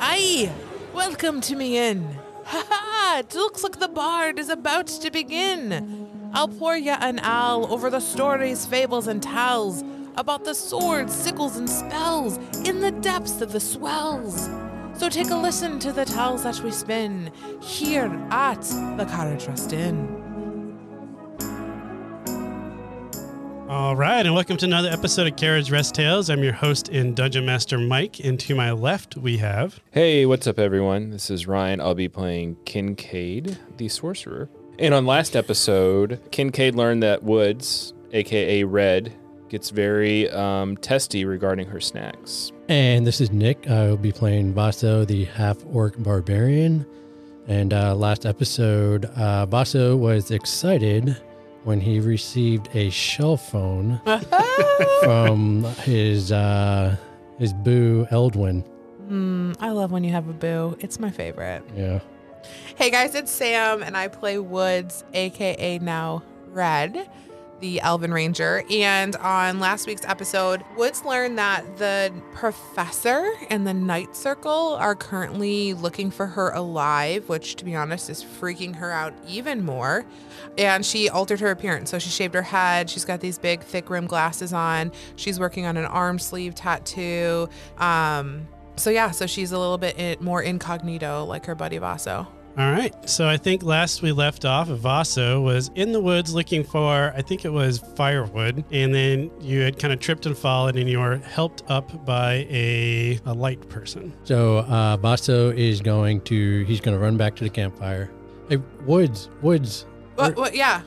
Hey, welcome to me in. Ha ha! It looks like the bard is about to begin. I'll pour ya an owl over the stories, fables, and tales about the swords, sickles, and spells in the depths of the swells. So take a listen to the tales that we spin here at the Cottage Rest Inn. All right, and welcome to another episode of Carriage Rest Tales. I'm your host and Dungeon Master Mike, and to my left we have. Hey, what's up, everyone? This is Ryan. I'll be playing Kincaid, the sorcerer. And on last episode, Kincaid learned that Woods, aka Red, gets very um, testy regarding her snacks. And this is Nick. I will be playing Vaso, the half orc barbarian. And uh, last episode, uh, Vaso was excited when he received a shell phone from his uh, his boo Eldwin. Mm, I love when you have a boo. It's my favorite. Yeah, Hey guys, it's Sam, and I play Woods, aka now Red, the Elven Ranger. And on last week's episode, Woods learned that the professor and the Night Circle are currently looking for her alive, which, to be honest, is freaking her out even more. And she altered her appearance. So she shaved her head. She's got these big, thick rimmed glasses on. She's working on an arm sleeve tattoo. Um, so, yeah, so she's a little bit in- more incognito, like her buddy Vaso. All right, so I think last we left off, Vaso was in the woods looking for, I think it was firewood, and then you had kind of tripped and fallen, and you were helped up by a, a light person. So uh, Vaso is going to he's going to run back to the campfire. Hey, Woods, Woods. What, what, yeah.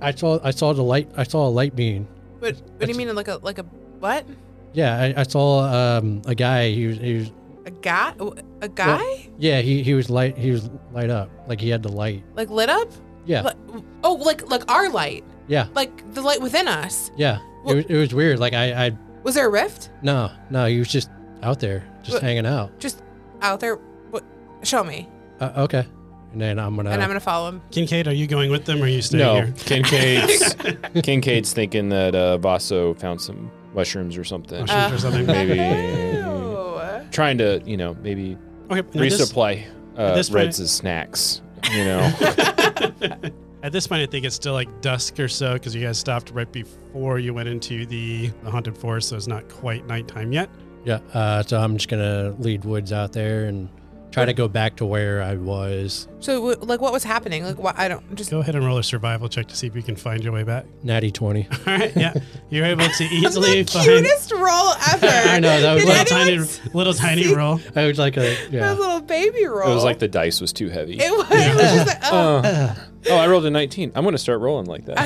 I saw I saw the light. I saw a light beam. What, what do you That's- mean, like a like a what? Yeah, I, I saw um, a guy. He was, he was A guy? A guy? Yeah, he, he was light. He was light up. Like he had the light. like lit up? Yeah, Like- oh, like like our light, yeah, like the light within us. yeah. Well- it, was, it was weird. Like I, I Was there a rift no, no. He was just out there, just What? hanging out. out there? What? Show me, Uh, okay, and then I'm gonna. and I'm gonna follow him. Kincaid, are you going with them or are you staying no, here? Kincaid's, Kincaid's thinking that uh, Vaso found some mushrooms or something. Mushrooms or something. Uh, Maybe. Oh. Trying to, you know, maybe Okay, now this- resupply uh, this point- Red's snacks, you know. At this point, I think it's still like dusk or so because you guys stopped right before you went into the, the haunted forest, so it's not quite nighttime yet. yeah. Uh, so I'm just gonna lead Woods out there and try to go back to where I was. So wh- like, what was happening? Like, why I don't just. Go ahead and roll a survival check to see if you can find your way back. Natty twenty. All right, yeah, you're able to That's easily the find cutest roll ever. I know, that was Did little like- tiny, anyone see little tiny roll. I was like a that yeah. little baby roll? It was like the dice was too heavy. It was, it was just like, oh, Uh, oh, I rolled a 19. I'm going to start rolling like that. oh,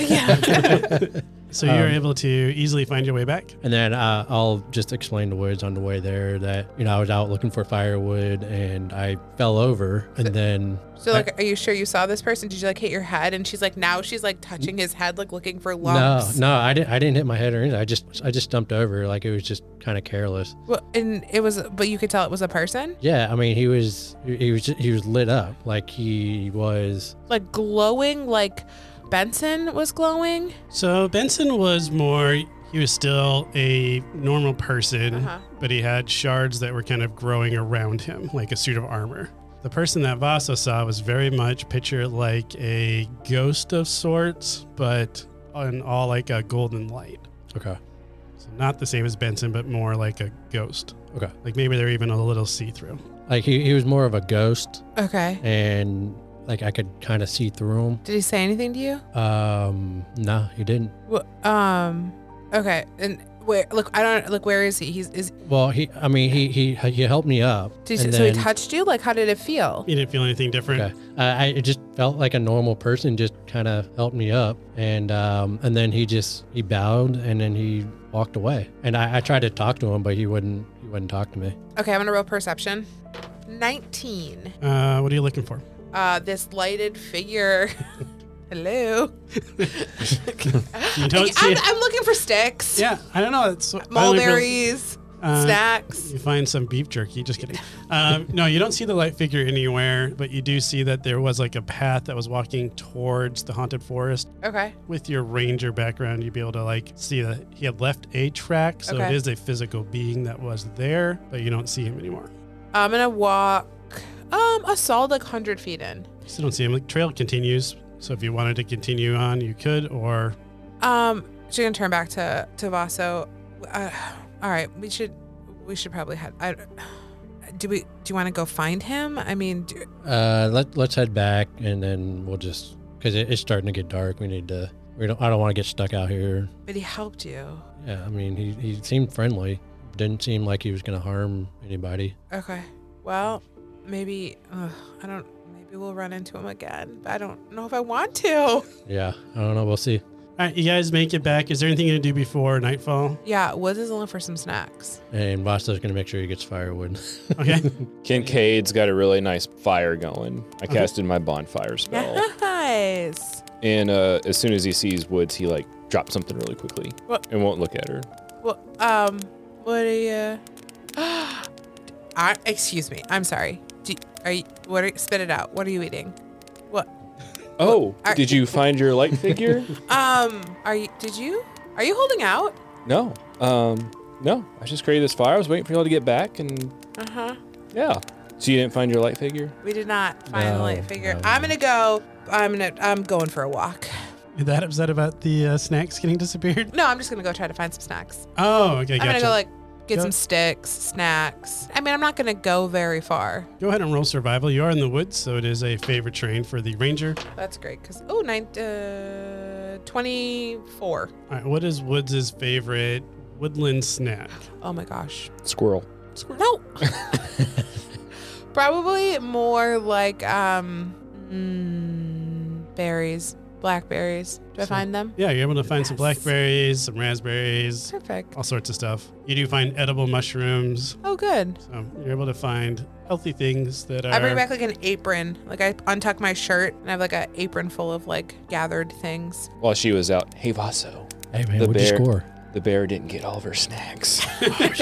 yeah. So you're able to easily find your way back. And then uh, I'll just explain to Woods on the way there that you know I was out looking for firewood and I fell over and then So like, are you sure you saw this person? Did you like hit your head? And she's like, now she's like touching his head, like looking for lumps. No, no, I didn't. I didn't hit my head or anything. I just, I just dumped over. Like it was just kind of careless. Well, and it was, but you could tell it was a person, Yeah, I mean, he was, he was, he was lit up. Like he was. like glowing, like Benson was glowing. So Benson was more. He was still a normal person, Uh-huh. but he had shards that were kind of growing around him, like a suit of armor. The person that Vaso saw was very much picture like a ghost of sorts, but in all like a golden light. Okay. So not the same as Benson, but more like a ghost. Okay. Like maybe they're even a little see through. Like he, he was more of a ghost, Okay. and like I could kind of see through Did he say anything to you? him. Um, no, he didn't. Well, um. Okay. And where? Look, I don't. Look, where is he? He's is. Well, he, I mean, he, he, he helped me up. Did and so he then- touched you? Like, how did it feel? You didn't feel anything different. Okay. I, I it just felt like a normal person just kind of helped me up, and um, and then he just he bowed and then he walked away. And I, I tried to talk to him, but he wouldn't he wouldn't talk to me. Okay, I'm gonna roll perception. Nineteen. Uh, what are you looking for? Uh, this lighted figure. Hello. You don't see I'm, it. I'm looking for sticks, Yeah, I don't know. It's I only feel- mulberries, Uh, snacks. You find some beef jerky. Just kidding. Um, no, you don't see the light figure anywhere, but you do see that there was like a path that was walking towards the haunted forest. Okay. With your ranger background, you'd be able to like see that he had left a track, so Okay. it is a physical being that was there, but you don't see him anymore. I'm gonna walk um a solid like hundred feet in. Still don't see him. The trail continues. So if you wanted to continue on, you could, or Um, she's gonna turn back to to Vaso. Uh, all right, we should we should probably head. I, do we do you want to go find him? I mean, do, Uh, let let's head back, and then we'll just because it, it's starting to get dark. We need to. We don't. I don't want to get stuck out here. but he helped you. Yeah, I mean, he he seemed friendly. Didn't seem like he was gonna harm anybody. Okay. Well, maybe ugh, I don't. Maybe we'll run into him again. But I don't know if I want to. Yeah, I don't know. We'll see. all right, uh, you guys make it back. Is there anything to do before nightfall? Yeah, Woods is looking for some snacks. And Vasto's gonna make sure he gets firewood. Okay. Kincaid's got a really nice fire going. I casted my bonfire spell, Nice. and uh, as soon as he sees Woods, he like drops something really quickly What? and won't look at her. Well, um, what are you? I, excuse me. I'm sorry. Do, are you? What? Are, spit it out. What are you eating? What? Oh, are- did you find your light figure? Um, are you? Did you? Are you holding out? no, um, no. I just created this fire. I was waiting for y'all to get back, and Uh huh. yeah. So you didn't find your light figure? We did not finally No, figure. no. I'm gonna go. I'm gonna. I'm going for a walk. You're that upset about the uh, snacks getting disappeared? No, I'm just gonna go try to find some snacks. Oh, okay, I'm gotcha. gonna go like get Go- some sticks, snacks. I mean, I'm not gonna go very far. Go ahead and roll survival. You are in the woods, so it is a favorite terrain for the ranger. That's great. Cause oh, nine, uh, 24. All right, what is Woods' favorite woodland snack? Oh my gosh. Squirrel. No. Probably more like um mm, berries, blackberries. Do I find them? Yeah, you're able to find some Yes. blackberries, some raspberries, Perfect. all sorts of stuff. You do find edible mushrooms. Oh, good. So you're able to find healthy things that are. I bring back like an apron. Like I untuck my shirt and I have like an apron full of like gathered things. While she was out, hey Vaso, Hey man, The what'd you bear. score? the bear didn't get all of her snacks. There's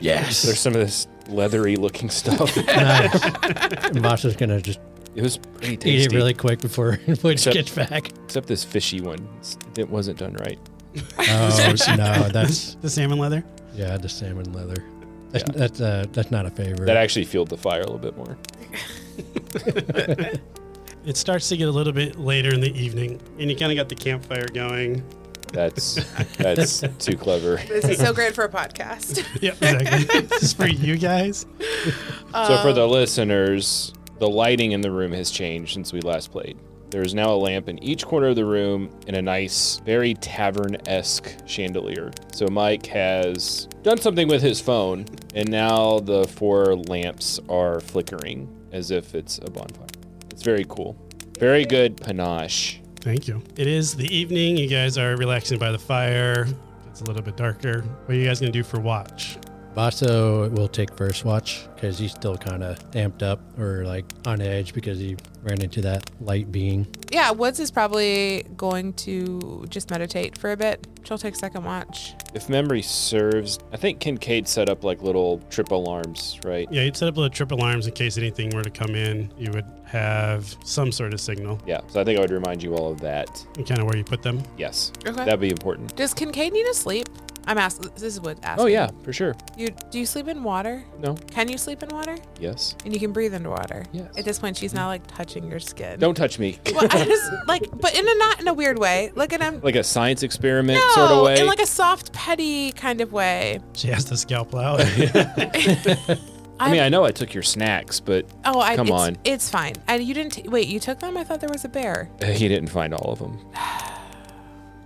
Yes. some of this leathery looking stuff. nice. And Vasto's gonna just It was pretty tasty. eat it really quick before Woods Except- gets back. Except this fishy one. It's- It wasn't done right. Oh no, that's the, the salmon leather. yeah, the salmon leather. That's that's uh, that's not a favorite. That actually fueled the fire a little bit more. It starts to get a little bit later in the evening, and you kind of got the campfire going. That's that's too clever. This is so great for a podcast. Yep, exactly. this is for you guys. So for the listeners, the lighting in the room has changed since we last played. There is now a lamp in each corner of the room and a nice, very tavern esque chandelier. So Mike has done something with his phone, and now the four lamps are flickering as if it's a bonfire. It's very cool. Very good panache. Thank you. It is the evening. You guys are relaxing by the fire. It's a little bit darker. What are you guys gonna do for watch? Basso will take first watch because he's still kind of amped up or like on edge because he ran into that light being. yeah, Woods is probably going to just meditate for a bit. She'll take second watch. If memory serves, I think Kincaid set up like little trip alarms, right? Yeah, you'd set up little trip alarms in case anything were to come in. You would have some sort of signal, Yeah. So I think I would remind you all of that. and kind of where you put them. Yes. Okay. That'd be important. Does Kincaid need to sleep? I'm asking. This is Woods asking. Oh yeah, for sure. You do you sleep in water? No. Can you sleep in water? Yes. And you can breathe underwater. Yes. At this point, she's not like touching your skin. Don't touch me. Well, I just like, but in a not in a weird way. Like, and I'm like a science experiment no, sort of way. in like a soft, petty kind of way. She has the scalpel out. I mean, I know I took your snacks, but Oh, I Come it's, on. it's fine. And you didn't t- wait. You took them. I thought there was a bear. he didn't find all of them.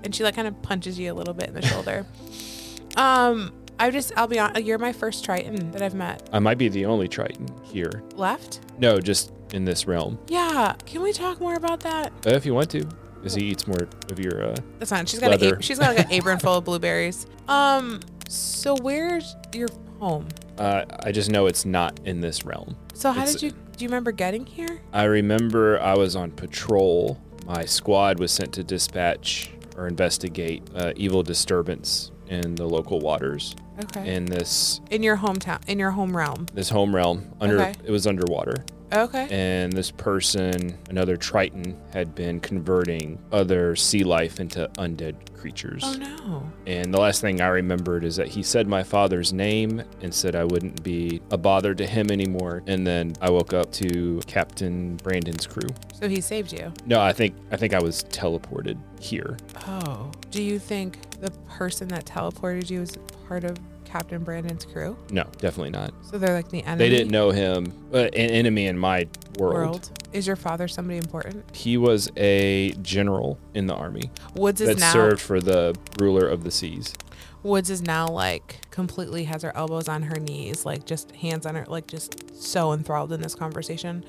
And she like kind of punches you a little bit in the shoulder. um, I just I'll be on. You're my first Triton that I've met. I might be the only Triton here. Left? No, just in this realm. Yeah. Can we talk more about that? Uh, if you want to, because he eats more of your. Uh, That's not. She's got a, Leather. she's got like an apron full of blueberries. Um. So where's your home? uh, I just know it's not in this realm. So how It's- did you do? You remember getting here? I remember I was on patrol. My squad was sent to dispatch or investigate uh, evil disturbance in the local waters Okay. in this in your hometown, in your home realm. this home realm under Okay. it was underwater Okay. and this person, another Triton, had been converting other sea life into undead creatures. Oh no. And the last thing I remembered is that he said my father's name and said I wouldn't be a bother to him anymore. And then I woke up to Captain Brandon's crew. So he saved you. No, I think I think I was teleported here. Oh. Do you think the person that teleported you was part of Captain Brandon's crew? No, definitely not. So they're like the enemy. They didn't know him, but an enemy in my Mm. world. World. Is your father somebody important? He was a general in the army Woods is that now served for the ruler of the seas. Woods is now like completely has her elbows on her knees, like just hands on her, like just so enthralled in this conversation.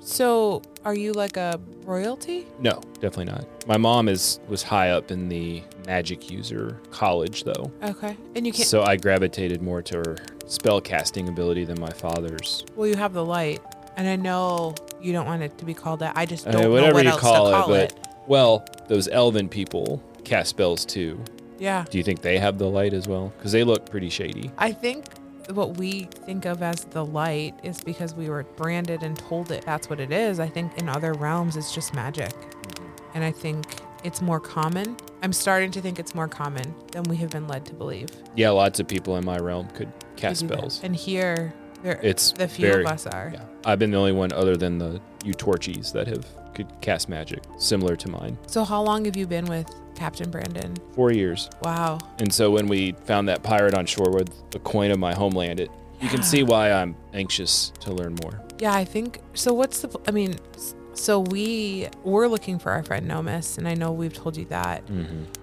So, are you like a royalty? No, definitely not. My mom is was high up in the magic user college though. Okay. And you can't, So I gravitated more to her spell casting ability than my father's. well, you have the light. And I know you don't want it to be called that. I just I don't mean, know Eh, Uh, whatever what you else call, to call it. it, but well, those elven people cast spells too. Yeah. Do you think they have the light as well? Because they look pretty shady. I think what we think of as the light is because we were branded and told it that's what it is. I think in other realms, it's just magic. Mm-hmm. And I think it's more common. I'm starting to think it's more common than we have been led to believe. Yeah, lots of people in my realm could cast to do that. spells. And here, there, It's the few very, of us are. Yeah. I've been the only one other than the you torchies that have could cast magic similar to mine. So, how long have you been with Captain Brandon? Four years. Wow. And so when we found that pirate on shore with a coin of my homeland, it you can see why I'm anxious to learn more. Yeah, I think so. What's the? I mean, s- so we we're looking for our friend Nomus, and I know we've told you that.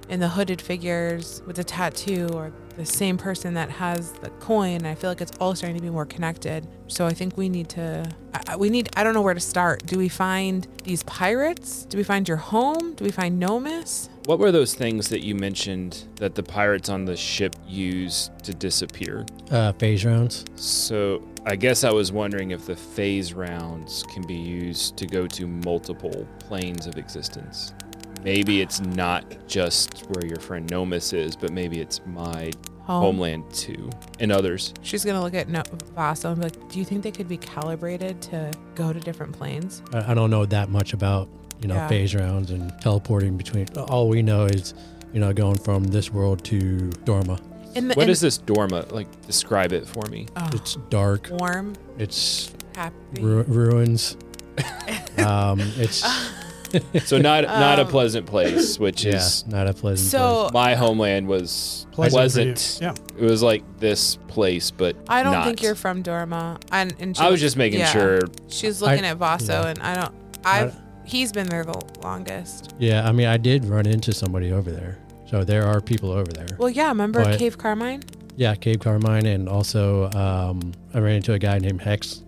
And the hooded figures with the tattoo, or the same person that has the coin. I feel like it's all starting to be more connected. So I think we need to. I- I- We need. I don't know where to start. Do we find these pirates? Do we find your home? Do we find Nomus? What were those things that you mentioned that the pirates on the ship used to disappear? Uh, phase rounds. So I guess I was wondering if the phase rounds can be used to go to multiple planes of existence. Maybe it's not just where your friend Nomus is, but maybe it's my Home. homeland too, and others. She's gonna look at no- Vaso and be like, "Do you think they could be calibrated to go to different planes?" I, I don't know that much about you know Yeah. phase rounds and teleporting between. All we know is you know going from this world to Dorma. In the, What in- is this dorma? Like, describe it for me. Oh, It's dark. warm, It's happy. ru- ruins. um, it's So not not a pleasant place, which yeah, is not a pleasant. So my homeland was Pleasant for you. pleasant. Yeah. It was like this place, but I don't not. think you're from Dorma. And, and she I was looked- just making yeah. sure. She's looking I- at Vaso, yeah. and I don't. I've he's been there the longest. place. yeah, I mean, I did run into somebody over there. So there are people over there. Well, yeah. Remember But- Cave Carmine? Yeah, Cave Carmine, and also um, I ran into a guy named Hex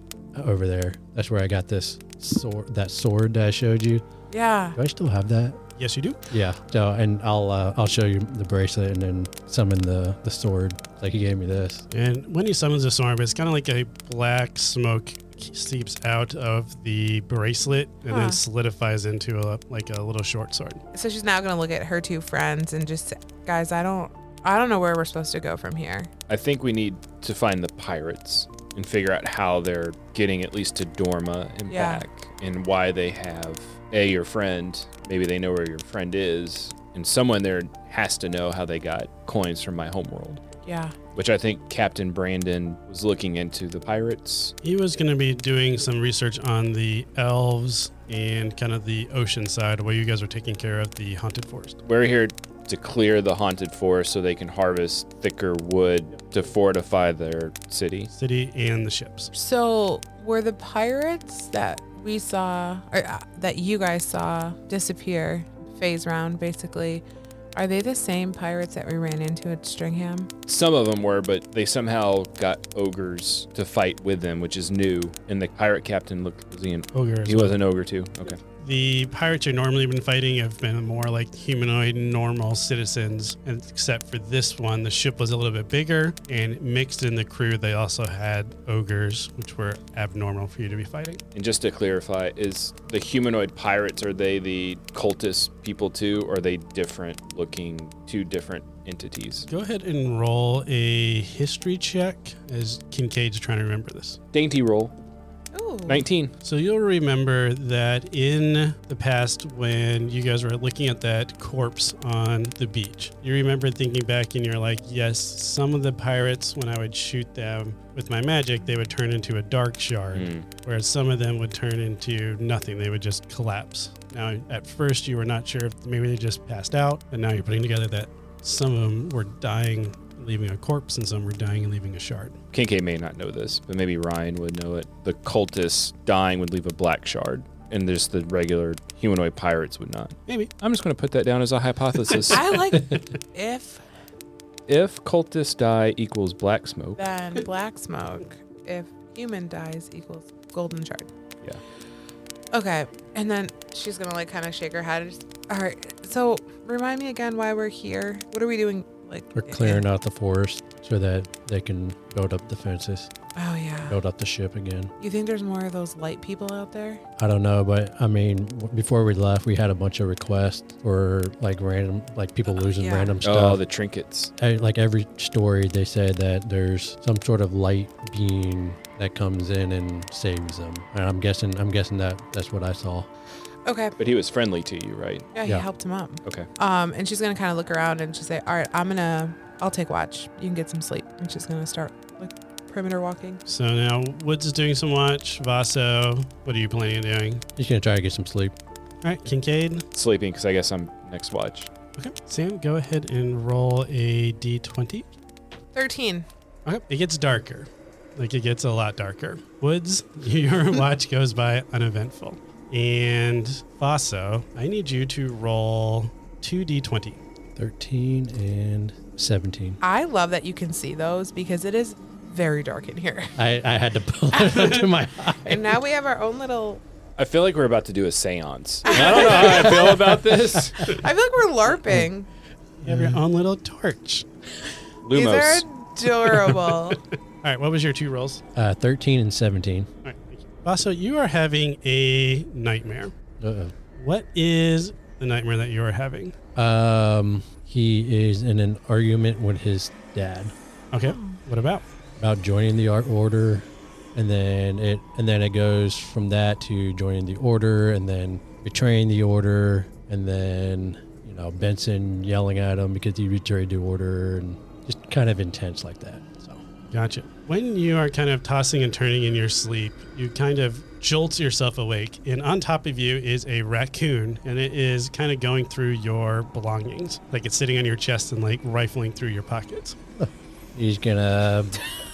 over there. That's where I got this sword, that sword that I showed you. Yeah. Do I still have that? Yes, you do. Yeah. So, and I'll uh, I'll show you the bracelet and then summon the the sword. Like he gave me this. And when he summons a storm, it's kind of like a black smoke seeps out of the bracelet and Huh. then solidifies into a like a little short sword. So she's now gonna look at her two friends and just, say, guys, I don't, I don't know where we're supposed to go from here. I think we need to find the pirates and figure out how they're getting at least to Dorma and Yeah. back, and why they have a your friend. Maybe they know where your friend is, and someone there has to know how they got coins from my homeworld. Yeah. Which I think Captain Brandon was looking into the pirates He was going to be doing some research on the elves and kind of the ocean side while you guys are taking care of the haunted forest. We're here to clear the haunted forest so they can harvest thicker wood to fortify their city. City and the ships. So were the pirates that we saw, or uh, that you guys saw disappear phase round, basically? Are they the same pirates that we ran into at Stringham? Some of them were, but they somehow got ogres to fight with them, which is new. And the pirate captain looked was he an Ogre. as he well. was an ogre too. Okay. The pirates you've normally been fighting have been more like humanoid, normal citizens, and except for this one. The ship was a little bit bigger, and mixed in the crew, they also had ogres, which were abnormal for you to be fighting. And just to clarify, is the humanoid pirates are they the cultist people too, or are they different looking two different entities? Go ahead and roll a history check as Kincaid's trying to remember this. Dainty roll. Ooh. 19. So you'll remember that in the past, when you guys were looking at that corpse on the beach, you remember thinking back and you're like, yes, some of the pirates, when I would shoot them with my magic, they would turn into a dark shard, Hmm. whereas some of them would turn into nothing. They would just collapse. Now, at first, you were not sure if maybe they just passed out, but now you're putting together that some of them were dying, leaving a corpse, and some were dying and leaving a shard. Kincaid may not know this, but maybe Ryan would know it. The cultists dying would leave a black shard, and just the regular humanoid pirates would not. Maybe. I'm just going to put that down as a hypothesis. I like if if cultists die equals black smoke, then black smoke. If human dies equals golden shard. Yeah. Okay. And then she's gonna like kind of shake her head. All right. So remind me again why we're here. What are we doing? Like We're clearing out the forest so that they can build up the fences, Oh yeah. build up the ship again. You think there's more of those light people out there? I don't know, but I mean, w- before we left, we had a bunch of requests for like random, like people losing yeah. random stuff. oh, the trinkets. I- like every story they said that there's some sort of light being that comes in and saves them and i'm guessing i'm guessing that that's what i saw Okay. But he was friendly to you, right? Yeah, he Yeah. helped him up. Okay. Um, and she's gonna kind of look around and she's say, "All right, I'm gonna, I'll take watch. You can get some sleep." And she's gonna start like perimeter walking. So now Woods is doing some watch. Vaso, what are you planning on doing? just gonna try to get some sleep All right, Kincaid. Sleeping, because I guess I'm next watch. Okay. Sam, go ahead and roll a d20. Thirteen. Okay. It gets darker. Like it gets a lot darker. Woods, your watch goes by uneventful. And Vaso, I need you to roll 2d20. 13 and 17 I love that you can see those because it is very dark in here. i, I had to pull it into my eye And now we have our own little. I feel like we're about to do a seance. And I don't know how I feel about this. I feel like we're larping. You have your own little torch. These are Lumos. adorable. All right, what was your two rolls? uh, 13 and 17 All right. thank you. Vaso, you are having a nightmare. Uh-oh. What is the nightmare that you are having? um he is in an argument with his dad Okay. What about? about joining the art order and then it and then it goes from that to joining the order and then betraying the order and then you know benson yelling at him because he betrayed the order and just kind of intense like that so Gotcha. When you are kind of tossing and turning in your sleep, you kind of jolt yourself awake, and on top of you is a raccoon, and it is kind of going through your belongings. Like it's sitting on your chest and like rifling through your pockets. he's gonna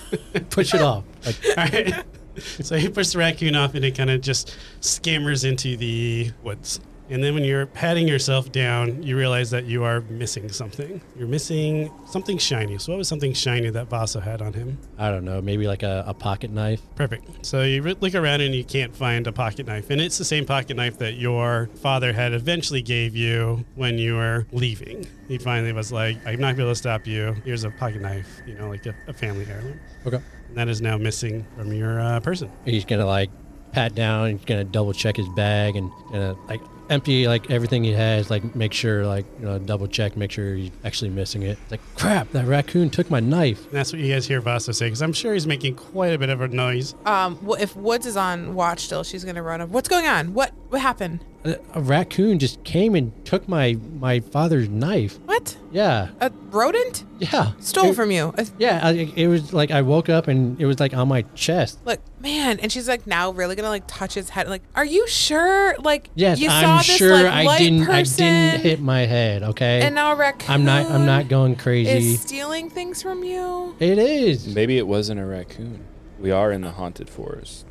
push it off like All right. so you push the raccoon off, and it kind of just scammers into the woods. And then when you're patting yourself down, you realize that you are missing something. You're missing something shiny. So, what was something shiny that Vaso had on him? i don't know maybe like a, a pocket knife Perfect. So you re- look around and you can't find a pocket knife. And it's the same pocket knife that your father had eventually gave you when you were leaving. He finally was like, I'm not going to be able to stop you. Here's a pocket knife, you know, like a, a family heirloom. okay And that is now missing from your uh, person. he's gonna like pat down he's gonna double check his bag and gonna like empty like everything he has like make sure like you know double check make sure he's actually missing it like crap that raccoon took my knife And that's what you guys hear Vaso say, because I'm sure he's making quite a bit of a noise. um, w- if Woods is on watch still, she's gonna run up. What's going on? What what happened? a, Uh, a raccoon just came and took my my father's knife What? yeah A rodent yeah stole It- from you. A- yeah I, it was like i woke up and it was like on my chest Look, man, and she's like now really gonna like touch his head. Like, are you sure? Like, yes you i'm sure like, i light didn't i didn't person hit my head okay And now a raccoon. i'm not i'm not going crazy Is stealing things from you? it is Maybe it wasn't a raccoon. We are in the haunted forest.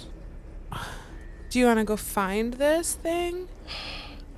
Do you want to go find this thing?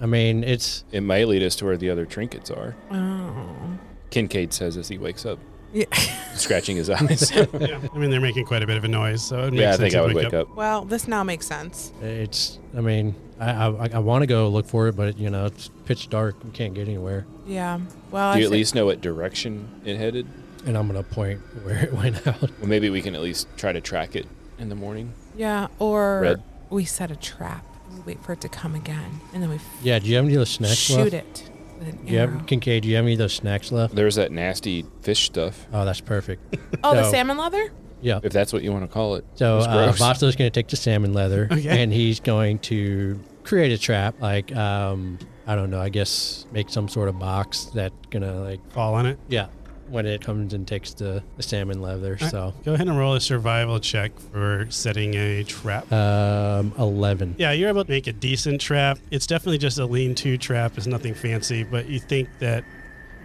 i mean it's It may lead us to where the other trinkets are. Oh, Kincaid says as he wakes up, yeah. scratching his eyes. yeah. I mean, they're making quite a bit of a noise. So it makes yeah, I sense think I to would wake up. well, this now makes sense. It's. I mean, I I, I want to go look for it, but you know, it's pitch dark. We can't get anywhere. Yeah. Well, Do I you at think- least know what direction it headed? And I'm gonna point where it went out. Well, maybe we can at least try to track it in the morning. Yeah. Or Red. we set a trap. We wait for it to come again, and then we f- Yeah. Do you have any of those snacks shoot left? it with an Do you arrow. have Kincaid? Do you have any of those snacks left? There's that nasty fish stuff. Oh, that's perfect. oh, the No. salmon leather. Yeah. if that's what you want to call it. So It's uh, gross. Vasto's going to take the salmon leather, Okay. and he's going to create a trap, like um, I don't know, I guess make some sort of box that's gonna like Fall on it. yeah, when it comes and takes the, the salmon leather. All right. So Go ahead and roll a survival check for setting a trap. um, eleven. Yeah, you're able to make a decent trap. It's definitely just a lean-to trap. It's nothing fancy, but you think that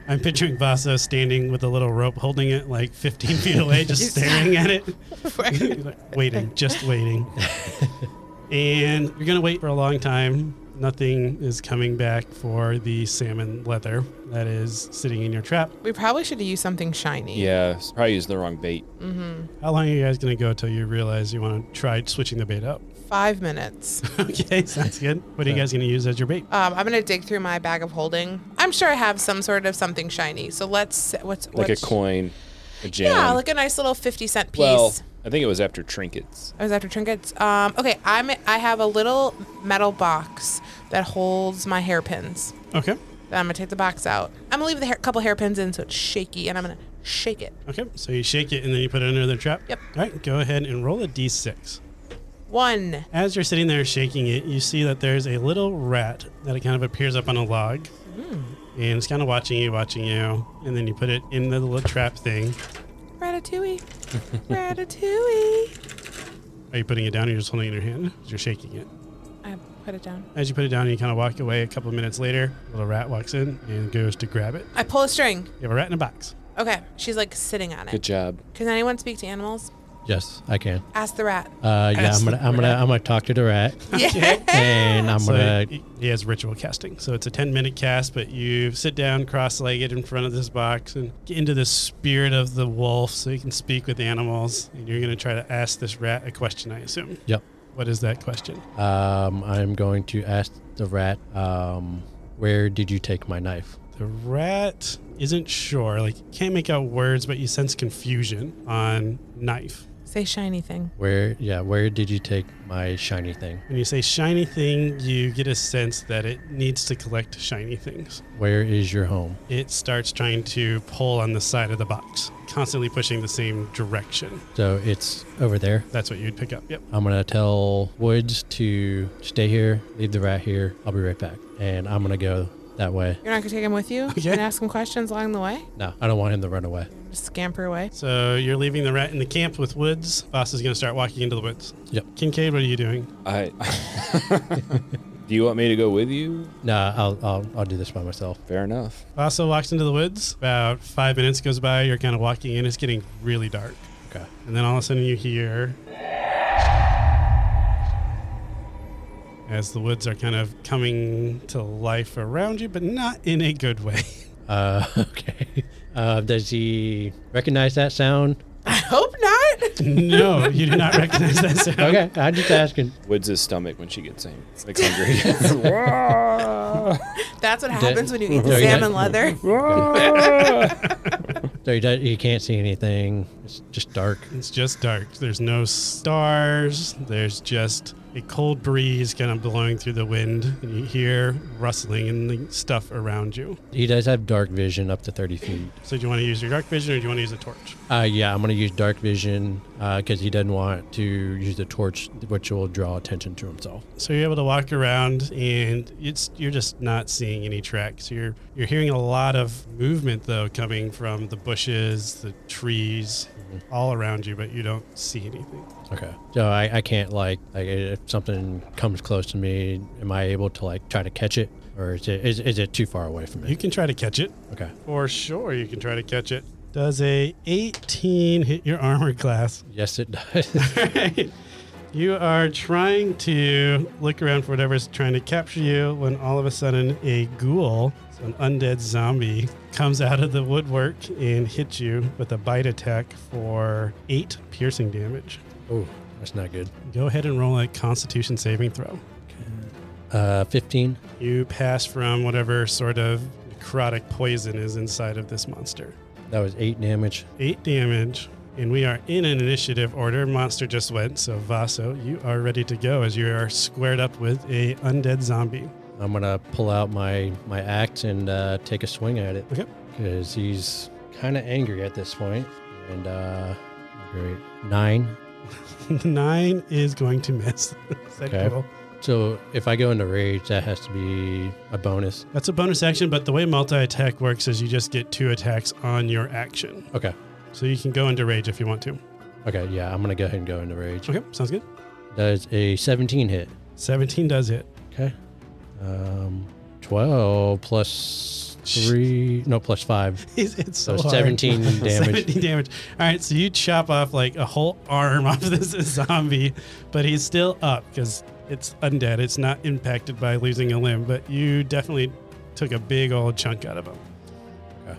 I'm picturing Vaso standing with a little rope, holding it like 15 feet away, just staring at it, He's like, waiting, just waiting. and you're gonna wait for a long time. Nothing is coming back for the salmon leather that is sitting in your trap. We probably should have used something shiny. Yeah, s- probably used the wrong bait. How long are you guys gonna go till you realize you want to try switching the bait up? Five minutes. okay, sounds good. What are you guys gonna use as your bait? Um, I'm gonna dig through my bag of holding. I'm sure I have some sort of something shiny. So let's what's Like what's- a coin, a gem. Yeah, like a nice little fifty cent piece. Oh, well, I think it was after trinkets. I was after trinkets. Um, okay, I'm I have a little metal box that holds my hairpins. Okay. Then I'm gonna take the box out. I'm gonna leave the hair, couple hairpins in so it's shaky, and I'm gonna shake it. Okay, so you shake it and then you put it under the trap? Yep. All right, go ahead and roll a d6. One. As you're sitting there shaking it, you see that there's a little rat that kind of appears up on a log. And it's kind of watching you, watching you. And then you put it in the little trap thing. Ratatouille. Ratatouille. Are you putting it down or you're just holding it in your hand? 'Cause You're shaking it. I put it down. As you put it down, you kind of walk away. A couple of minutes later, little rat walks in and goes to grab it. I pull a string. You have a rat in a box. Okay, she's like sitting on Good it. job. Can anyone speak to animals? Yes, I can. Ask the rat. Uh, yeah, Ask I'm gonna, the I'm gonna, rat. I'm gonna talk to the rat, and I'm So gonna. he, he has ritual casting. So it's a 10 minute cast, but you sit down cross legged in front of this box and get into the spirit of the wolf so you can speak with animals. And you're going to try to ask this rat a question, I assume. Yep. What is that question? Um, I'm going to ask the rat. Um, where did you take my knife? The rat isn't sure. Like, can't make out words, but you sense confusion on knife. Say shiny thing. Where, yeah, where did you take my shiny thing? When you say shiny thing, you get a sense that it needs to collect shiny things. Where is your home? It starts trying to pull on the side of the box, constantly pushing the same direction. So it's over there. That's what you'd pick up. Yep. I'm gonna tell Woods to stay here, leave the rat here. I'll be right back, and I'm gonna go that way. You're not gonna take him with you Yeah. and ask him questions along the way. No, I don't want him to run away. Just scamper away. So you're leaving the rat in the camp with Woods. Boss is going to start walking into the woods. Yep. Kincaid, what are you doing? I. Do you want me to go with you? No, I'll I'll, I'll do this by myself. Fair enough. Basso walks into the woods. About five minutes goes by. You're kind of walking in. It's getting really dark. Okay. And then all of a sudden you hear. As the woods are kind of coming to life around you, but not in a good way. Uh, okay. Uh, does he recognize that sound? I hope not. no, you do not recognize that sound. Okay, I'm just asking. Woods' stomach when she gets home. Like hungry. That's what happens when you eat Yeah, the yeah. salmon leather. So he, does, he can't see anything. It's just dark. It's just dark. There's no stars. There's just a cold breeze kind of blowing through the wind, and you hear rustling and the stuff around you. He does have dark vision up to 30 feet. So, do you want to use your dark vision or do you want to use a torch? Uh, yeah, I'm going to use dark vision because he doesn't want to use the torch, which will draw attention to himself. So you're able to walk around, and it's you're just not seeing any tracks. You're you're hearing a lot of movement though coming from the bushes, the trees, all around you, but you don't see anything. Okay. So I, I can't, like, like, if something comes close to me, am I able to, like, try to catch it? Or is it, is, is it too far away from You me? can try to catch it. Okay. For sure, you can try to catch it. Does a 18 hit your armor class? Yes, it does. Alright. You are trying to look around for whatever's trying to capture you when all of a sudden a ghoul, so an undead zombie, comes out of the woodwork and hits you with a bite attack for eight piercing damage. oh, that's not good. Go ahead and roll a constitution saving throw. Uh, 15. You pass from whatever sort of necrotic poison is inside of this monster. That was eight damage. Eight damage. And we are in an initiative order. Monster just went, so Vaso, you are ready to go as you are squared up with a undead zombie. I'm gonna pull out my my axe and uh, take a swing at it Okay. because he's kind of angry at this point, and uh, I'm Great. Nine. Nine is going to miss. Is that Okay. cool? So if I go into rage, that has to be a bonus. That's a bonus action, but the way multi attack works is you just get two attacks on your action. Okay. So you can go into rage if you want to. Okay. Yeah, I'm gonna go ahead and go into rage. Okay, sounds good. That is a 17 hit. 17 does hit. Okay. Um, 12 plus Shh. three. No, plus five. It's, it's so So hard. 17 damage. 17 damage. All right, so you chop off like a whole arm off this zombie, but he's still up because it's undead. It's not impacted by losing a limb, but you definitely took a big old chunk out of him. Okay.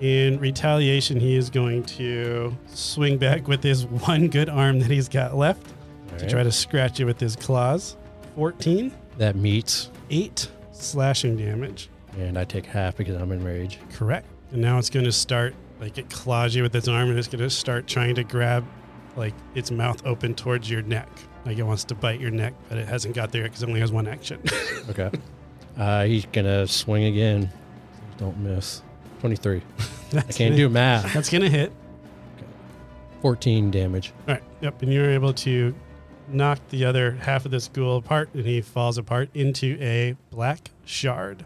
In retaliation, he is going to swing back with his one good arm that he's got left to Alright. try to scratch you with his claws. 14, That meets, 8 slashing damage. and I take half because I'm in rage. Correct. And now it's going to start, like, it claws you with its arm and it's going to start trying to grab, like, its mouth open towards your neck. Like, it wants to bite your neck, but it hasn't got there because it only has one action. Okay. uh, he's gonna swing again. Don't miss. 23. I That's can't gonna- do math. That's going to hit. 14 damage. All right. Yep. And you're able to knock the other half of this ghoul apart and he falls apart into a black shard.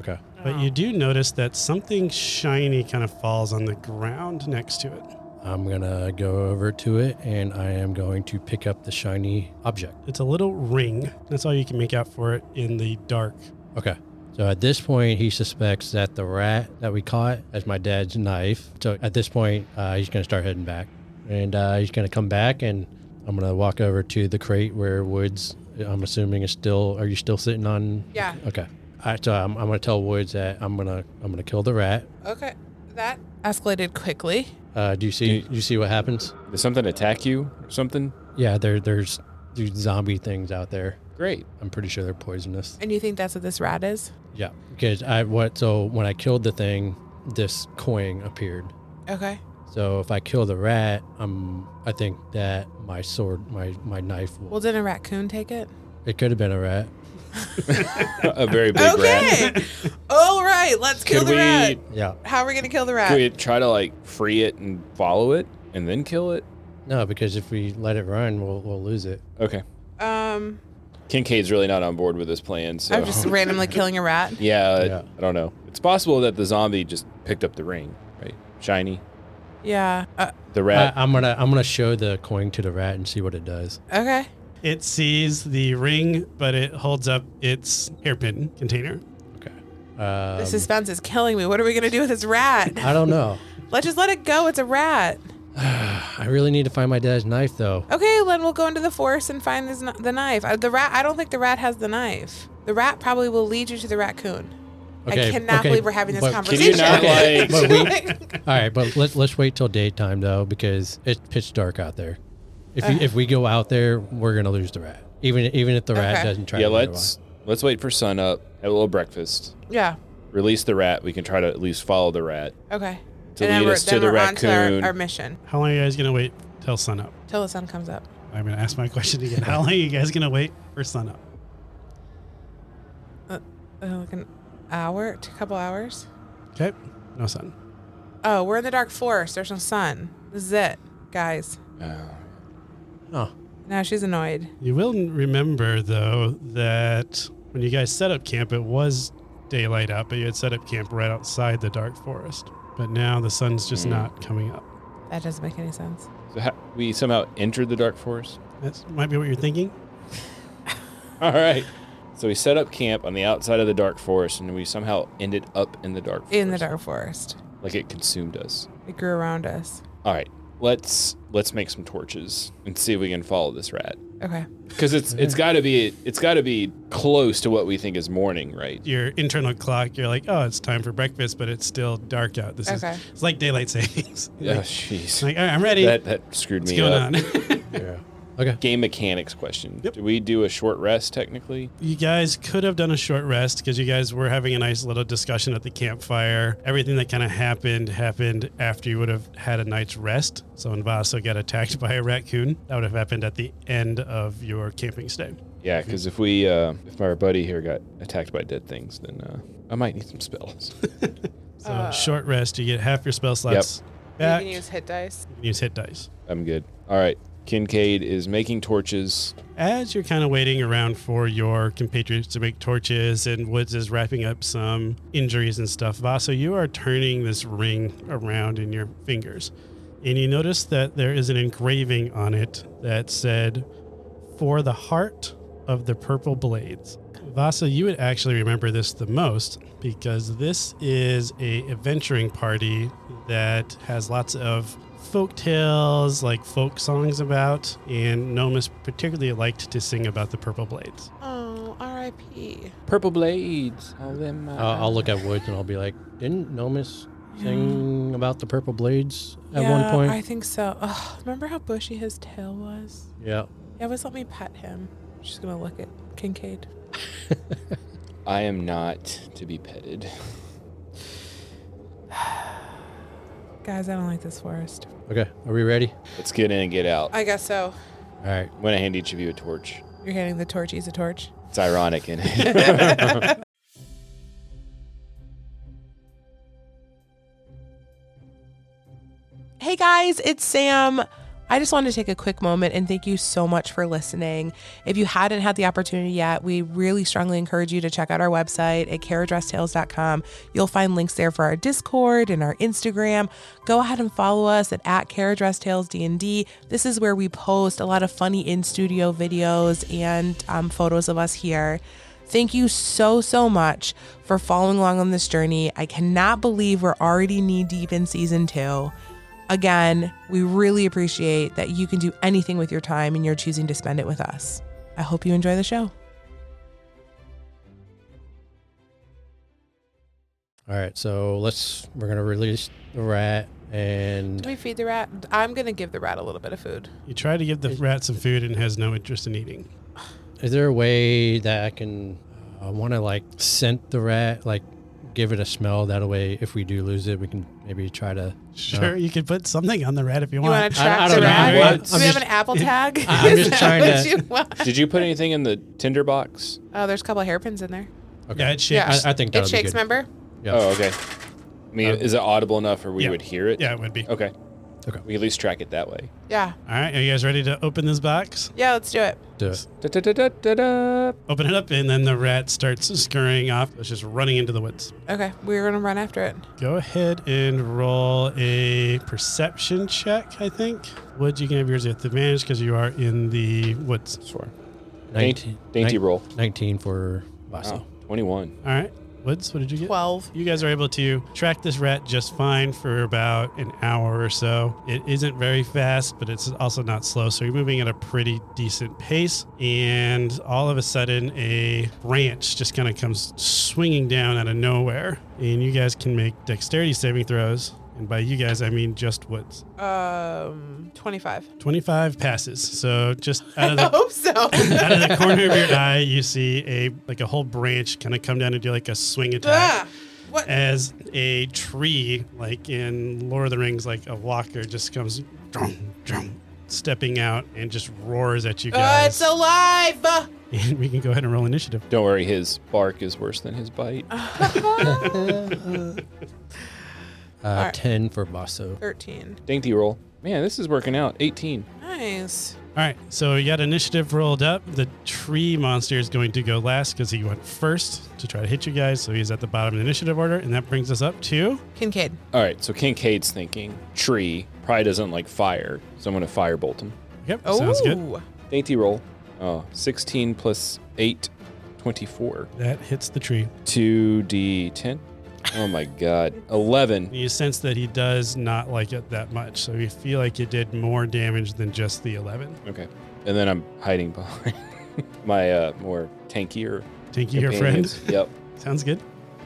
Okay. But you do notice that something shiny kind of falls on the ground next to it. I'm gonna go over to it, and I am going to pick up the shiny object. It's a little ring. That's all you can make out for it in the dark. Okay. So at this point, he suspects that the rat that we caught is my dad's knife. So at this point, uh, he's going to start heading back. And uh, he's going to come back, and I'm going to walk over to the crate where Woods, I'm assuming, is still. Are you still sitting on? Yeah. Okay. All right, so I'm, I'm going to tell Woods that I'm going to I'm going to kill the rat. Okay. That escalated quickly. Uh, do you see Do you see what happens? Did something attack you or something? Yeah, there there's these zombie things out there. Great. I'm pretty sure they're poisonous. And you think that's what this rat is? Yeah, because I what so when I killed the thing, this coin appeared. Okay. So if I kill the rat, I'm I think that my sword, my my knife, will, Well, did a raccoon take it? it could have been a rat. a very big rat. okay. All right. Let's kill Could the we rat. Yeah. How are we going to kill the rat? could we try to like free it and follow it and then kill it? No, because if we let it run, we'll we'll lose it. Okay. um, Kincaid's really not on board with this plan, so I'm just randomly killing a rat. yeah, Yeah. I don't know. It's possible that the zombie just picked up the ring, right? Shiny. Yeah. Uh, The rat I, I'm gonna I'm gonna show the coin to the rat and see what it does. okay. It sees the ring, but it holds up its hairpin container. Okay. Um, The suspense is killing me. What are we going to do with this rat? I don't know. Let's just let it go. It's a rat. I really need to find my dad's knife though. Okay, then we'll go into the forest and find this, the knife. Uh, the rat. I don't think the rat has the knife. The rat probably will lead you to the raccoon. Okay, I cannot okay, believe we're having this but- Can you conversation. not like But we, all right, but let's let's wait till daytime though because it's pitch dark out there. If Uh-huh. we, if we go out there, we're gonna lose the rat. Even even if the rat Okay. doesn't try. Yeah, to run let's let's wait for sunup, have a little breakfast, yeah. release the rat, we can try to at least follow the rat. Okay. To lead we're, us to then the we're on to raccoon. our, our mission How long are you guys going to wait till sunup? till the sun comes up. I'm going to ask my question again. How long are you guys going to wait for sunup? Uh, like an hour, a couple hours. Okay. No sun. Oh, we're in the dark forest. There's no sun. This is it, guys. away. Oh, Now she's annoyed. You will remember, though, that when you guys set up camp, it was daylight out, but you had set up camp right outside the dark forest. But now the sun's just not coming up. That doesn't make any sense. So ha- we somehow entered the dark forest. That might be what you're thinking. All right. So we set up camp on the outside of the dark forest, and we somehow ended up in the dark forest. In the dark forest, like it consumed us. it grew around us. All right, let's let's make some torches and see if we can follow this rat Okay. because it's it's got to be it's got to be close to what we think is morning, right? Your internal clock, you're like, oh, it's time for breakfast, but it's still dark out. This Okay. is it's like daylight savings. Oh, like, jeez, like, all right, I'm ready. that that screwed What's me going up. on? Oh, yeah. Okay. Game mechanics question: Yep. Do we do a short rest technically? you guys could have done a short rest because you guys were having a nice little discussion at the campfire. Everything that kind of happened happened after you would have had a night's rest. So when Vaso got attacked by a raccoon, that would have happened at the end of your camping stay. Yeah, because if we uh, if our buddy here got attacked by dead things, then uh, I might need some spells. So short rest, you get half your spell slots back. You can use hit dice. You can use hit dice. I'm good. All right. Kincaid is making torches. As you're kind of waiting around for your compatriots to make torches and Woods is wrapping up some injuries and stuff, Vaso, you are turning this ring around in your fingers. And you notice that there is an engraving on it that said, For the heart of the purple blades. Vasa, you would actually remember this the most because this is a adventuring party that has lots of folk tales, like folk songs about, and Nomus particularly liked to sing about the purple blades. Oh, R.I.P. Purple blades. All them. Uh, I'll look at Woods and I'll be like, didn't Nomus sing about the purple blades at one point? I think so. Ugh, remember how bushy his tail was? yeah. He always let me pet him. She's gonna look at Kincaid. I am not to be petted. Guys, I don't like this forest. Okay. Are we ready? Let's get in and get out. I guess so. All right. I'm gonna hand each of you a torch. You're handing the torch. He's a torch. It's ironic in it. Hey guys, it's Sam. I just wanted to take a quick moment and thank you so much for listening. If you hadn't had the opportunity yet, we really strongly encourage you to check out our website at caradresstales.com. You'll find links there for our Discord and our Instagram. Go ahead and follow us at, at D&D. This is where we post a lot of funny in-studio videos and um, photos of us here. Thank you so, so much for following along on this journey. I cannot believe we're already knee deep in season two. Again, we really appreciate that you can do anything with your time and you're choosing to spend it with us. I hope you enjoy the show. All right. So let's, we're going to release the rat and Do we feed the rat? I'm going to give the rat a little bit of food. You try to give the rat some food and it has no interest in eating. Is there a way that I can? I want to like scent the rat, like give it a smell. That way, if we do lose it, we can maybe try to. uh, Sure, you could put something on the rat if you You want want. to track I the don't know. rat? I'm Do we have just- an apple tag? I- I'm Is just that trying what to- you want? Did you put anything in the tinder box? Oh, there's a couple of hairpins in there. Okay. Yeah, it shakes. I, I think that it would shakes, be good. remember? Yeah. Oh, okay. I mean, Um, is it audible enough where we yeah. would hear it? yeah, it would be. Okay. Okay. We at least track it that way. Yeah. All right, are you guys ready to open this box? Yeah, let's do it. Do it. Da, da, da, da, da, da. Open it up, and then the rat starts scurrying off. It's just running into the woods. Okay, we're going to run after it. Go ahead and roll a perception check, I think. Would you can have yours with advantage because you are in the woods. Swear. Dainty, 19, dainty nine- roll. 19 for Vaso. Oh, 21. All right. Woods, what did you get? 12. You guys are able to track this rat just fine for about an hour or so. It isn't very fast, but it's also not slow. So you're moving at a pretty decent pace. And all of a sudden, a branch just kind of comes swinging down out of nowhere. And you guys can make dexterity saving throws. And by you guys, I mean just Woods. Um, 25. 25 passes. So just out of I the. hope Oh, so. out of the corner of your eye, you see a like a whole branch kind of come down and do like a swing attack Ah, what? as a tree, like in Lord of the Rings, like a walker just comes drum, drum, stepping out and just roars at you Uh, guys. it's alive. and we can go ahead and roll initiative. Don't worry, his bark is worse than his bite. Oh. Uh, 10 for Vaso. 13. Dainty roll. Man, this is working out. 18. Nice. All right, so you got initiative rolled up. The tree monster is going to go last because he went first to try to hit you guys. So he's at the bottom of the initiative order, and that brings us up to Kincaid. All right, so Kincaid's thinking tree probably doesn't like fire, so I'm gonna firebolt him. yep, Oh, sounds good. Dainty roll. Oh, 16 plus 8, 24. That hits the tree. 2d10. Oh my god. 11. You sense that he does not like it that much, so you feel like you did more damage than just the eleven. Okay. And then I'm hiding behind my uh, more tankier. Tinky, your friend. companions. Yep. Sounds good.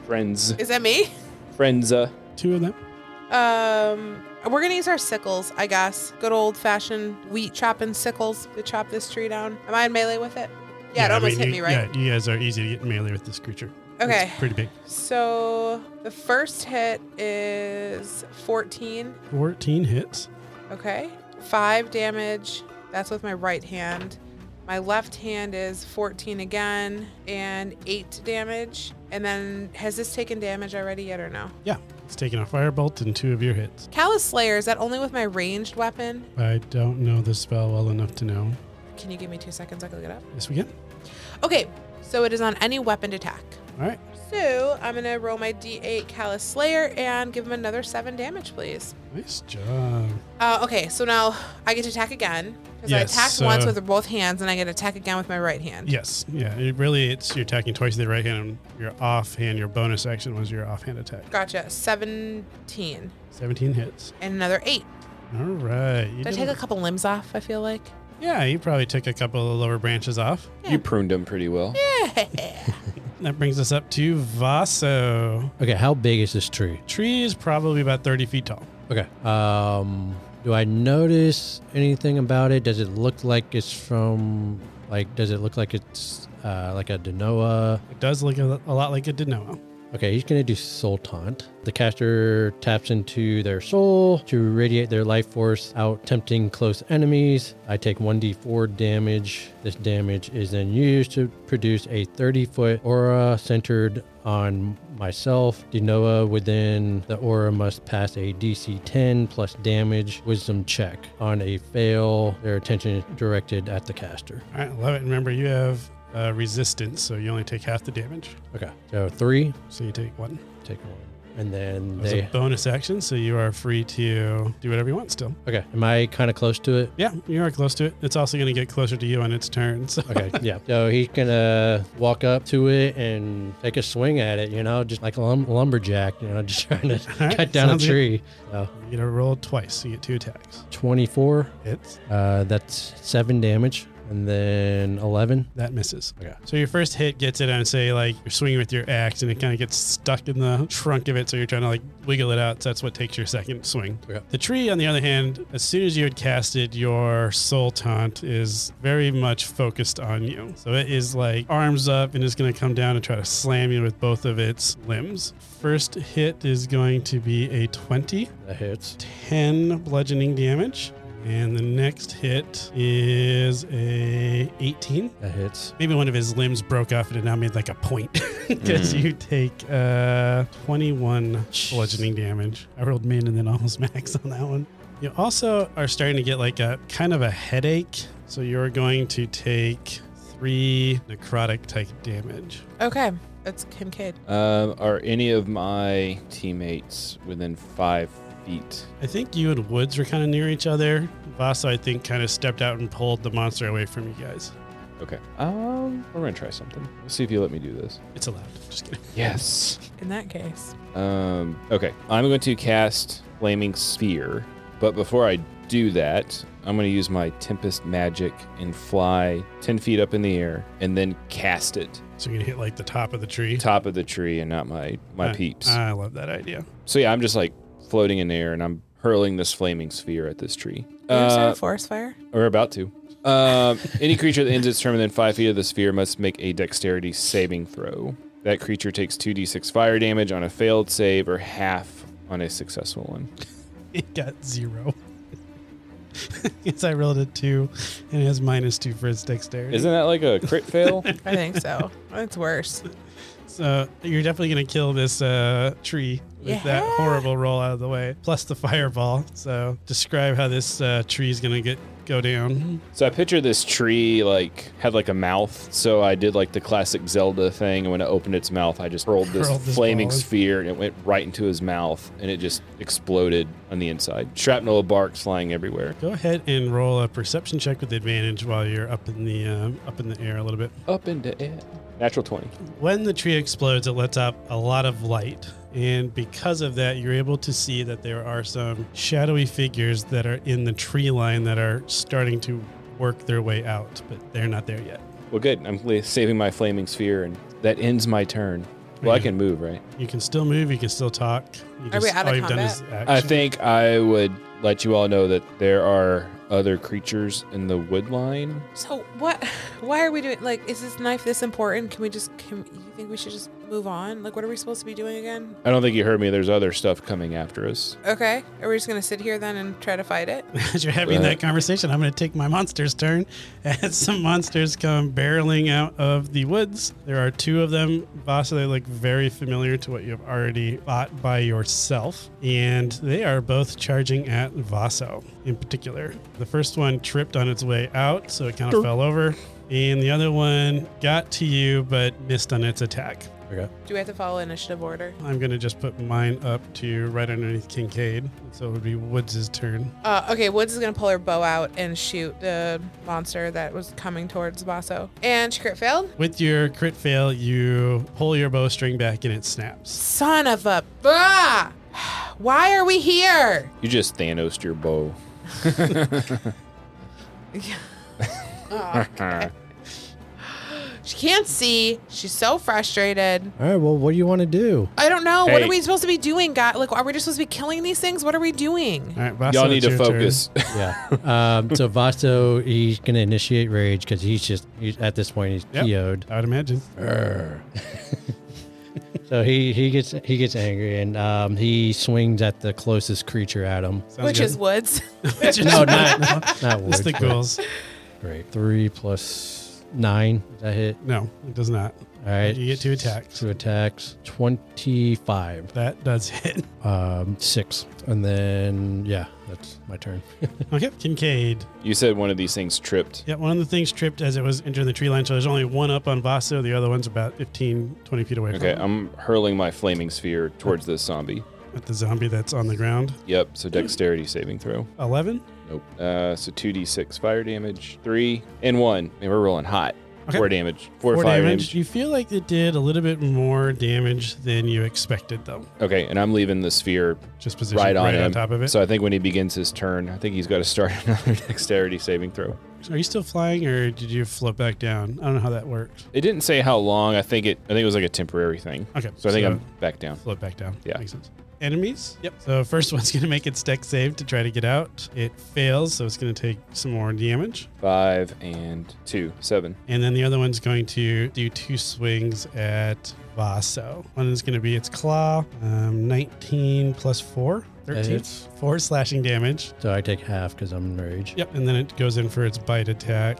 Friends. Is that me? Friendza. Two of them. Um, we're gonna use our sickles, I guess. Good old fashioned wheat chopping sickles to chop this tree down. Am I in melee with it? Yeah, it I almost hit mean, me, you- right? Yeah, you guys are easy to get melee with this creature. Okay. It's pretty big. So the first hit is 14. 14 hits. Okay. Five damage. That's with my right hand. My left hand is 14 again and 8 damage. And then has this taken damage already yet or no? Yeah, it's taking a firebolt and two of your hits. Callous Slayer, is that only with my ranged weapon? I don't know the spell well enough to know. Can you give me two seconds? I can look it up. Yes, we can. Okay, so it is on any weaponed attack. All right. So I'm going to roll my d8 Callous Slayer and give him another 7 damage, please. Nice job. Uh, okay, so now I get to attack again. Because Yes, I attacked once so- with both hands and I get to attack again with my right hand. Yes. Yeah. It really, it's you're attacking twice with the right hand. and Your offhand, your bonus action was your offhand attack. Gotcha. 17 17 hits. and another 8. All right. You Did I did take it. a couple limbs off, I feel like? yeah, you probably took a couple of lower branches off. You pruned him pretty well. That brings us up to Vaso. Okay, how big is this tree? Tree is probably about 30 feet tall. Okay. Um, do I notice anything about it? Does it look like it's from like? Does it look like it's uh, like a Denoa? It does look a, a lot like a Denoa. Okay, he's gonna do soul taunt. The caster taps into their soul to radiate their life force out, tempting close enemies. I take 1d4 damage. This damage is then used to produce a 30 foot aura centered on myself. Denoa within the aura must pass a DC 10 plus damage wisdom check. On a fail, their attention is directed at the caster. All right, love it. Remember, you have uh, resistance, so you only take half the damage. Okay, so three, So you take one. take one. And then That was a they. bonus action, so you are free to do whatever you want still. Okay, am I kind of close to it? Yeah, you are close to it. It's also going to get closer to you on its turn. So Okay, yeah. So he's gonna walk up to it and take a swing at it, you know, just like a lum- lumberjack, you know, just trying to right, cut down a sounds good. tree. Uh, So you know, roll twice. You get two attacks. 24, Hits. uh, that's seven damage, and then 11. That misses. Okay. So your first hit gets it on, say, like you're swinging with your axe, and it kind of gets stuck in the trunk of it. So you're trying to like wiggle it out. So that's what takes your second swing. Okay. The tree, on the other hand, as soon as you had casted your soul taunt, is very much focused on you. So it is like arms up and is going to come down and try to slam you with both of its limbs. First hit is going to be a 20. That hits. 10 bludgeoning damage. And the next hit is a 18. That hits. Maybe one of his limbs broke off and it now made like a point. Hmm. Because you take uh, 21 bludgeoning damage. I rolled min and then almost max on that one. You also are starting to get like a kind of a headache. So you're going to take three necrotic type damage. Okay, it's Kincaid. Um, are any of my teammates within five feet? I think you and Woods were kind of near each other. Vasa, I think, kind of stepped out and pulled the monster away from you guys. Okay. Um, we're gonna try something. We'll see if you let me do this. It's allowed. Just kidding. Yes. In that case, Um, okay. I'm going to cast Flaming Sphere, but before I do that, I'm going to use my Tempest Magic and fly 10 feet up in the air and then cast it So you're gonna hit like the top of the tree. top of the tree and not my, my I- peeps. I, love that idea. so yeah, I'm just like floating in the air and I'm hurling this Flaming Sphere at this tree. you ever started Uh, a forest fire? Or about to. Um, any creature that ends its turn within five feet of the sphere must make a dexterity saving throw. That creature takes 2d6 fire damage on a failed save or half on a successful one. It got zero. Because I rolled a two, and it has minus two for its dexterity. Isn't that like a crit fail? I think so. it's worse. So you're definitely gonna kill this uh, tree with that Yeah. horrible roll out of the way, plus the fireball. So describe how this uh, tree is gonna get go down. so I picture this tree like had like a mouth. So I did like the classic Zelda thing, and when it opened its mouth, I just rolled this Hurled this flaming ball. sphere, and it went right into his mouth, and it just exploded on the inside. Shrapnel of bark flying everywhere. Go ahead and roll a perception check with advantage while you're up in the um, up in the air a little bit. Up into it. Natural twenty. When the tree explodes, it lets out a lot of light. And because of that, you're able to see that there are some shadowy figures that are in the tree line that are starting to work their way out, but they're not there yet. Well, good. I'm li- saving my flaming sphere, and that ends my turn. Well, I can move, right? You can still move, you can still talk. You Are we out of all you've done is I action. think I would let you all know that there are other creatures in the wood line. So what? Why are we doing? Like, is this knife this important? Can we just? Can you think we should just move on? Like, what are we supposed to be doing again? I don't think you heard me. There's other stuff coming after us. Okay, are we just gonna sit here then and try to fight it? As you're having Right. that conversation, I'm going to take my monster's turn. As some monsters come barreling out of the woods, there are two of them. Vasa, they look very familiar to what you've already fought by yourself, and they are both charging at Vaso in particular. The first one tripped on its way out, so it kind of fell over, and the other one got to you but missed on its attack. Okay. Do we have to follow initiative order? I'm going to just put mine up to right underneath Kincaid, so it would be Woods' turn. Uh, okay, Woods is gonna pull her bow out and shoot the monster that was coming towards Basso, and she crit failed. With your crit fail, you pull your bowstring back and it snaps. Son of a bah! Why are we here? You just Thanos your bow. She can't see. She's so frustrated. All right. Well, what do you want to do? I don't know. What Hey. are we supposed to be doing, God? Like, are we just supposed to be killing these things? What are we doing? All right, Vasa, Y'all need it's to your focus. Yeah. um, so Vasto, he's gonna initiate rage because he's just he's, at this point he's Yep. PO'd. turn. I would imagine. So he he gets he gets angry and um, he swings at the closest creature at him. Sounds Which good. is Woods. Which is- No, not not it's words, the but- ghouls. Great. Three plus nine. Does that hit? No, it does not. All right. You get two attacks. Two attacks. Twenty-five. That does hit. Um, six. And then yeah, that's my turn. Okay, Kincaid. you said one of these things tripped. Yeah, one of the things tripped as it was entering the tree line, so there's only one up on Vaso. The other one's about 15, 20 feet away Okay, from I'm hurling my flaming sphere towards this zombie. at the zombie that's on the ground. Yep, so dexterity saving throw. 11? Nope. Uh, so 2d6 fire damage, 3 and 1. Man, we're rolling hot. Okay. 4 damage, 4, Four fire damage. damage. You feel like it did a little bit more damage than you expected, though. Okay, and I'm leaving the sphere Just positioned right right on him. on top of it. So I think when he begins his turn, I think he's got to start another dexterity saving throw. Are you still flying, or did you float back down? I don't know how that works. It didn't say how long. I think it. I think it was like a temporary thing. Okay, So I think I'm back down. float back down. Yeah. makes sense. Enemies. Yep. So first one's gonna make its deck save to try to get out. It fails, so it's gonna take some more damage. Five and two, seven. And then the other one's going to do two swings at Vaso. One is gonna be its claw, um, 19 plus four. 13. hits. Four slashing damage. So I take half because I'm enraged. Yep. And then it goes in for its bite attack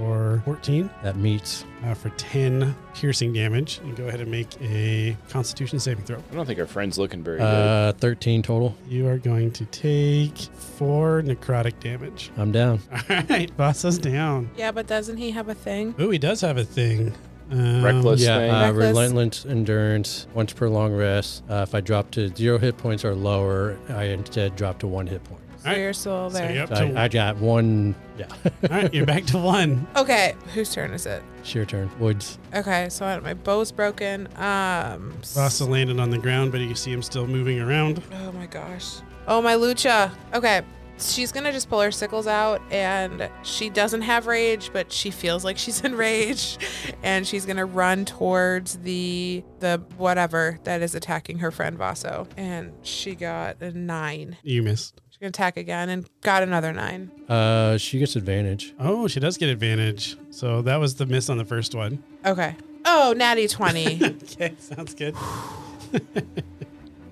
or 14. That meets. uh, for 10 piercing damage and go ahead and make a constitution saving throw. I don't think our friend's looking very Uh, 13 total. You are going to take four necrotic damage. I'm down. All right, Vasa's down. Yeah, but doesn't he have a thing? Ooh, he does have a thing. Um, Reckless. This thing. yeah, uh, Reckless. relentless endurance. Once per long rest. Uh, if I drop to zero hit points or lower, I instead drop to one hit point. So you're still So there. you're up So to, I, I got one. Yeah, all right, you're back to one. Okay, whose turn is it? it's your turn. Woods. Okay, so I- my bow's broken. Um. s- Vasa landed on the ground, but you see him still moving around. Oh my gosh. Oh my lucha. Okay. She's gonna just pull her sickles out and she doesn't have rage, but she feels like she's in rage. And she's gonna run towards the the whatever that is attacking her friend Vaso. And she got a nine. You missed. She's gonna attack again and got another nine. Uh, she gets advantage. Oh, she does get advantage. So that was the miss on the first one. Okay. Oh, Natty twenty. Okay, sounds good.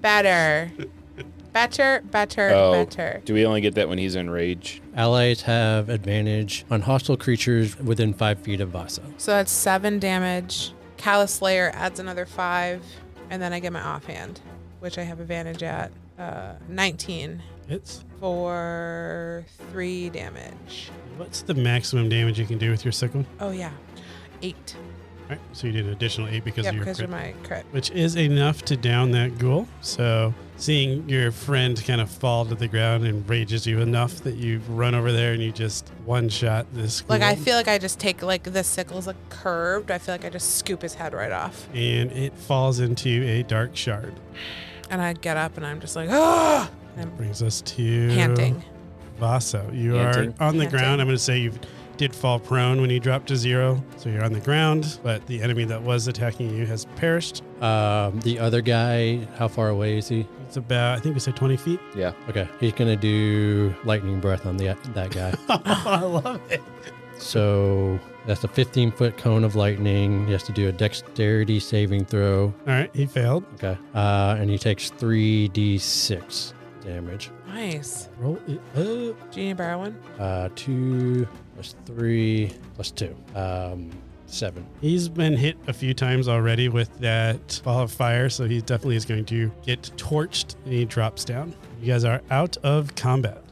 better. Better, better, Oh. better. Do we only get that when he's in rage? Allies have advantage on hostile creatures within five feet of Vasa. So that's seven damage. Callous Slayer adds another five, and then I get my offhand, which I have advantage at. Uh, 19 It's for three damage. what's the maximum damage you can do with your sickle? Oh, yeah. Eight. All right, so you did an additional eight because Yep, of your because crit. of my crit. which is enough to down that ghoul. So seeing your friend kind of fall to the ground enrages you enough that you run over there and you just one shot this ghoul. Like, I feel like I just take, like, the sickle's like curved. I feel like I just scoop his head right off. and it falls into a dark shard. And I get up and I'm just like, ah! And I'm Brings us to panting. Vaso. You Panting. are on the Panting. ground. I'm going to say you've did fall prone when you dropped to zero, so you're on the ground, but the enemy that was attacking you has perished. Um, the other guy, how far away is he? It's about, I think we said 20 feet. Yeah. Okay, he's gonna do lightning breath on the that guy. I love it. so that's a 15 foot cone of lightning. He has to do a dexterity saving throw. All right, he failed. Okay, uh, and he takes 3d6 damage. Nice. Roll it up. Do you need to borrow one? Uh, two plus three plus two, um, seven. He's been hit a few times already with that ball of fire, so he definitely is going to get torched and he drops down. You guys are out of combat.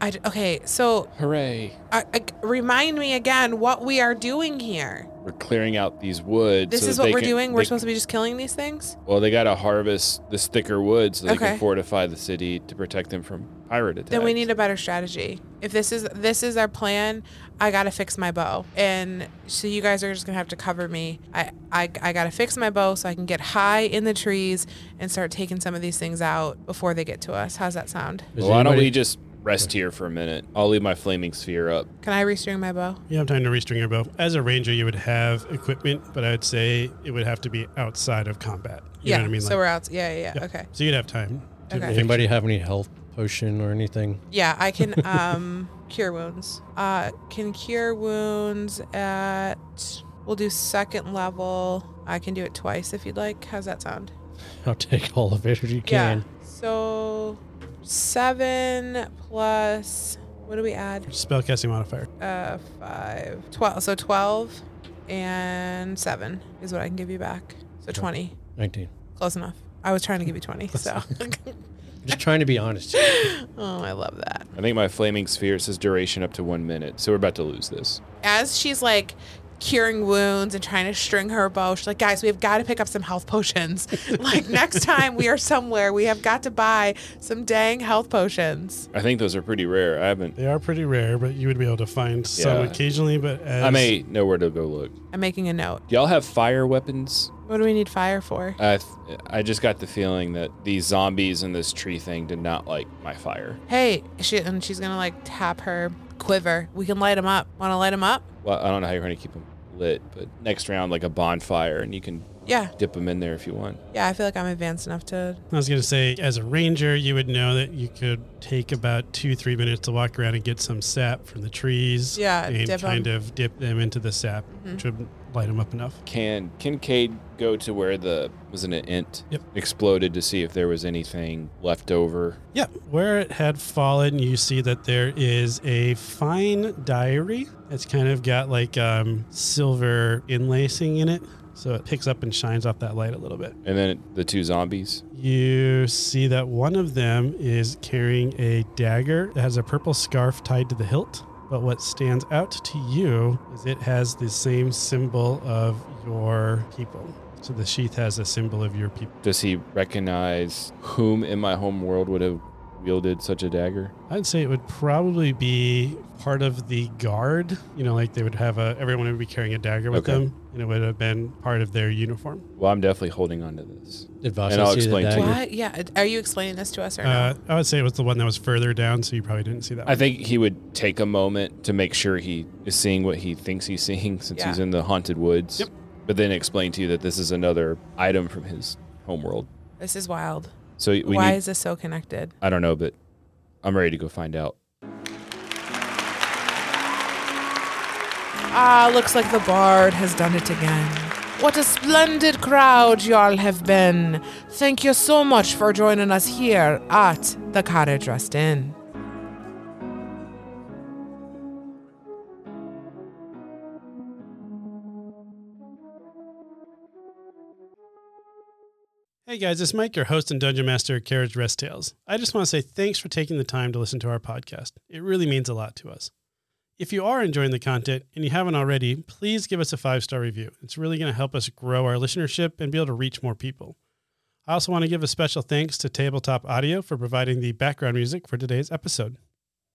I d okay, so Hooray. uh, uh, remind me again what we are doing here. We're clearing out these woods. This so is that what they we're can- doing. We're they- supposed to be just killing these things. Well, they got to harvest this thicker wood so they Okay. can fortify the city to protect them from pirate attacks. Then we need a better strategy. If this is this is our plan, I gotta fix my bow, and so you guys are just gonna have to cover me. I I, I gotta fix my bow so I can get high in the trees and start taking some of these things out before they get to us. How's that sound? Is Why don't anybody- we just rest here for a minute? I'll leave my flaming sphere up. Can I restring my bow? You have time to restring your bow. As a ranger, you would have equipment, but I would say it would have to be outside of combat. You yeah. know what I mean? So Like- we're out. Yeah, yeah, yeah. Okay. So you'd have time. To Okay. fix- Anybody have any health potion or anything? Yeah, I can um cure wounds. Uh can cure wounds at we'll do second level. I can do it twice if you'd like. How's that sound? I'll take all of it if you can. Yeah. So seven plus what do we add? Spellcasting modifier. Uh five. Twelve so twelve and seven is what I can give you back. So twenty. 19. Close enough. I was trying to give you twenty, so I'm just trying to be honest. oh I love that. I think my flaming sphere says duration up to one minute, so we're about to lose this. as she's like curing wounds and trying to string her bow, she's like, guys, we have got to pick up some health potions. like next time we are somewhere, we have got to buy some dang health potions. I think those are pretty rare. I haven't. They are pretty rare, but you would be able to find some Yeah. occasionally. But as I may know where to go look. I'm making a note. Y'all have fire weapons? What do we need fire for? I th- I just got the feeling that these zombies and this tree thing did not like my fire. Hey, she and she's gonna like tap her quiver. We can light them up. Want to light them up? Well, I don't know how you're going to keep them lit, but next round like a bonfire, and you can Yeah, dip them in there if you want. yeah. I feel like I'm advanced enough to. I was going to say, as a ranger, you would know that you could take about two, three minutes to walk around and get some sap from the trees. Yeah, And dip 'em. kind of dip them into the sap, which would light them up enough. Can Kincaid go to where the wasn't it int Yep. exploded to see if there was anything left over? Yeah. Where it had fallen, you see that there is a fine diary. It's kind of got like um, silver inlacing in it. So it picks up and shines off that light a little bit. And then the two zombies. You see that one of them is carrying a dagger that has a purple scarf tied to the hilt. But what stands out to you is it has the same symbol of your people. So the sheath has a symbol of your people. Does he recognize whom in my home world would have wielded such a dagger? I'd say it would probably be part of the guard. You know, like they would have a everyone would be carrying a dagger with Okay. them, and it would have been part of their uniform. Well, I'm definitely holding on to this. Did Vasa And I'll see the explain to dagger? you. What? Yeah. Are you explaining this to us or no? Uh, I would say it was the one that was further down, so you probably didn't see that. I One. think he would take a moment to make sure he is seeing what he thinks he's seeing since Yeah. he's in the haunted woods. Yep. But then explain to you that this is another item from his homeworld. this is wild. So we Why need, is this so connected? I don't know, but I'm ready to go find out. Ah, looks like the bard has done it again. What a splendid crowd y'all have been. Thank you so much for joining us here at the Cottage Rest Inn. Hey guys, it's Mike, your host and Dungeon Master at Carriage Rest Tales. I just want to say thanks for taking the time to listen to our podcast. It really means a lot to us. If you are enjoying the content and you haven't already, please give us a five star review. It's really going to help us grow our listenership and be able to reach more people. I also want to give a special thanks to Tabletop Audio for providing the background music for today's episode.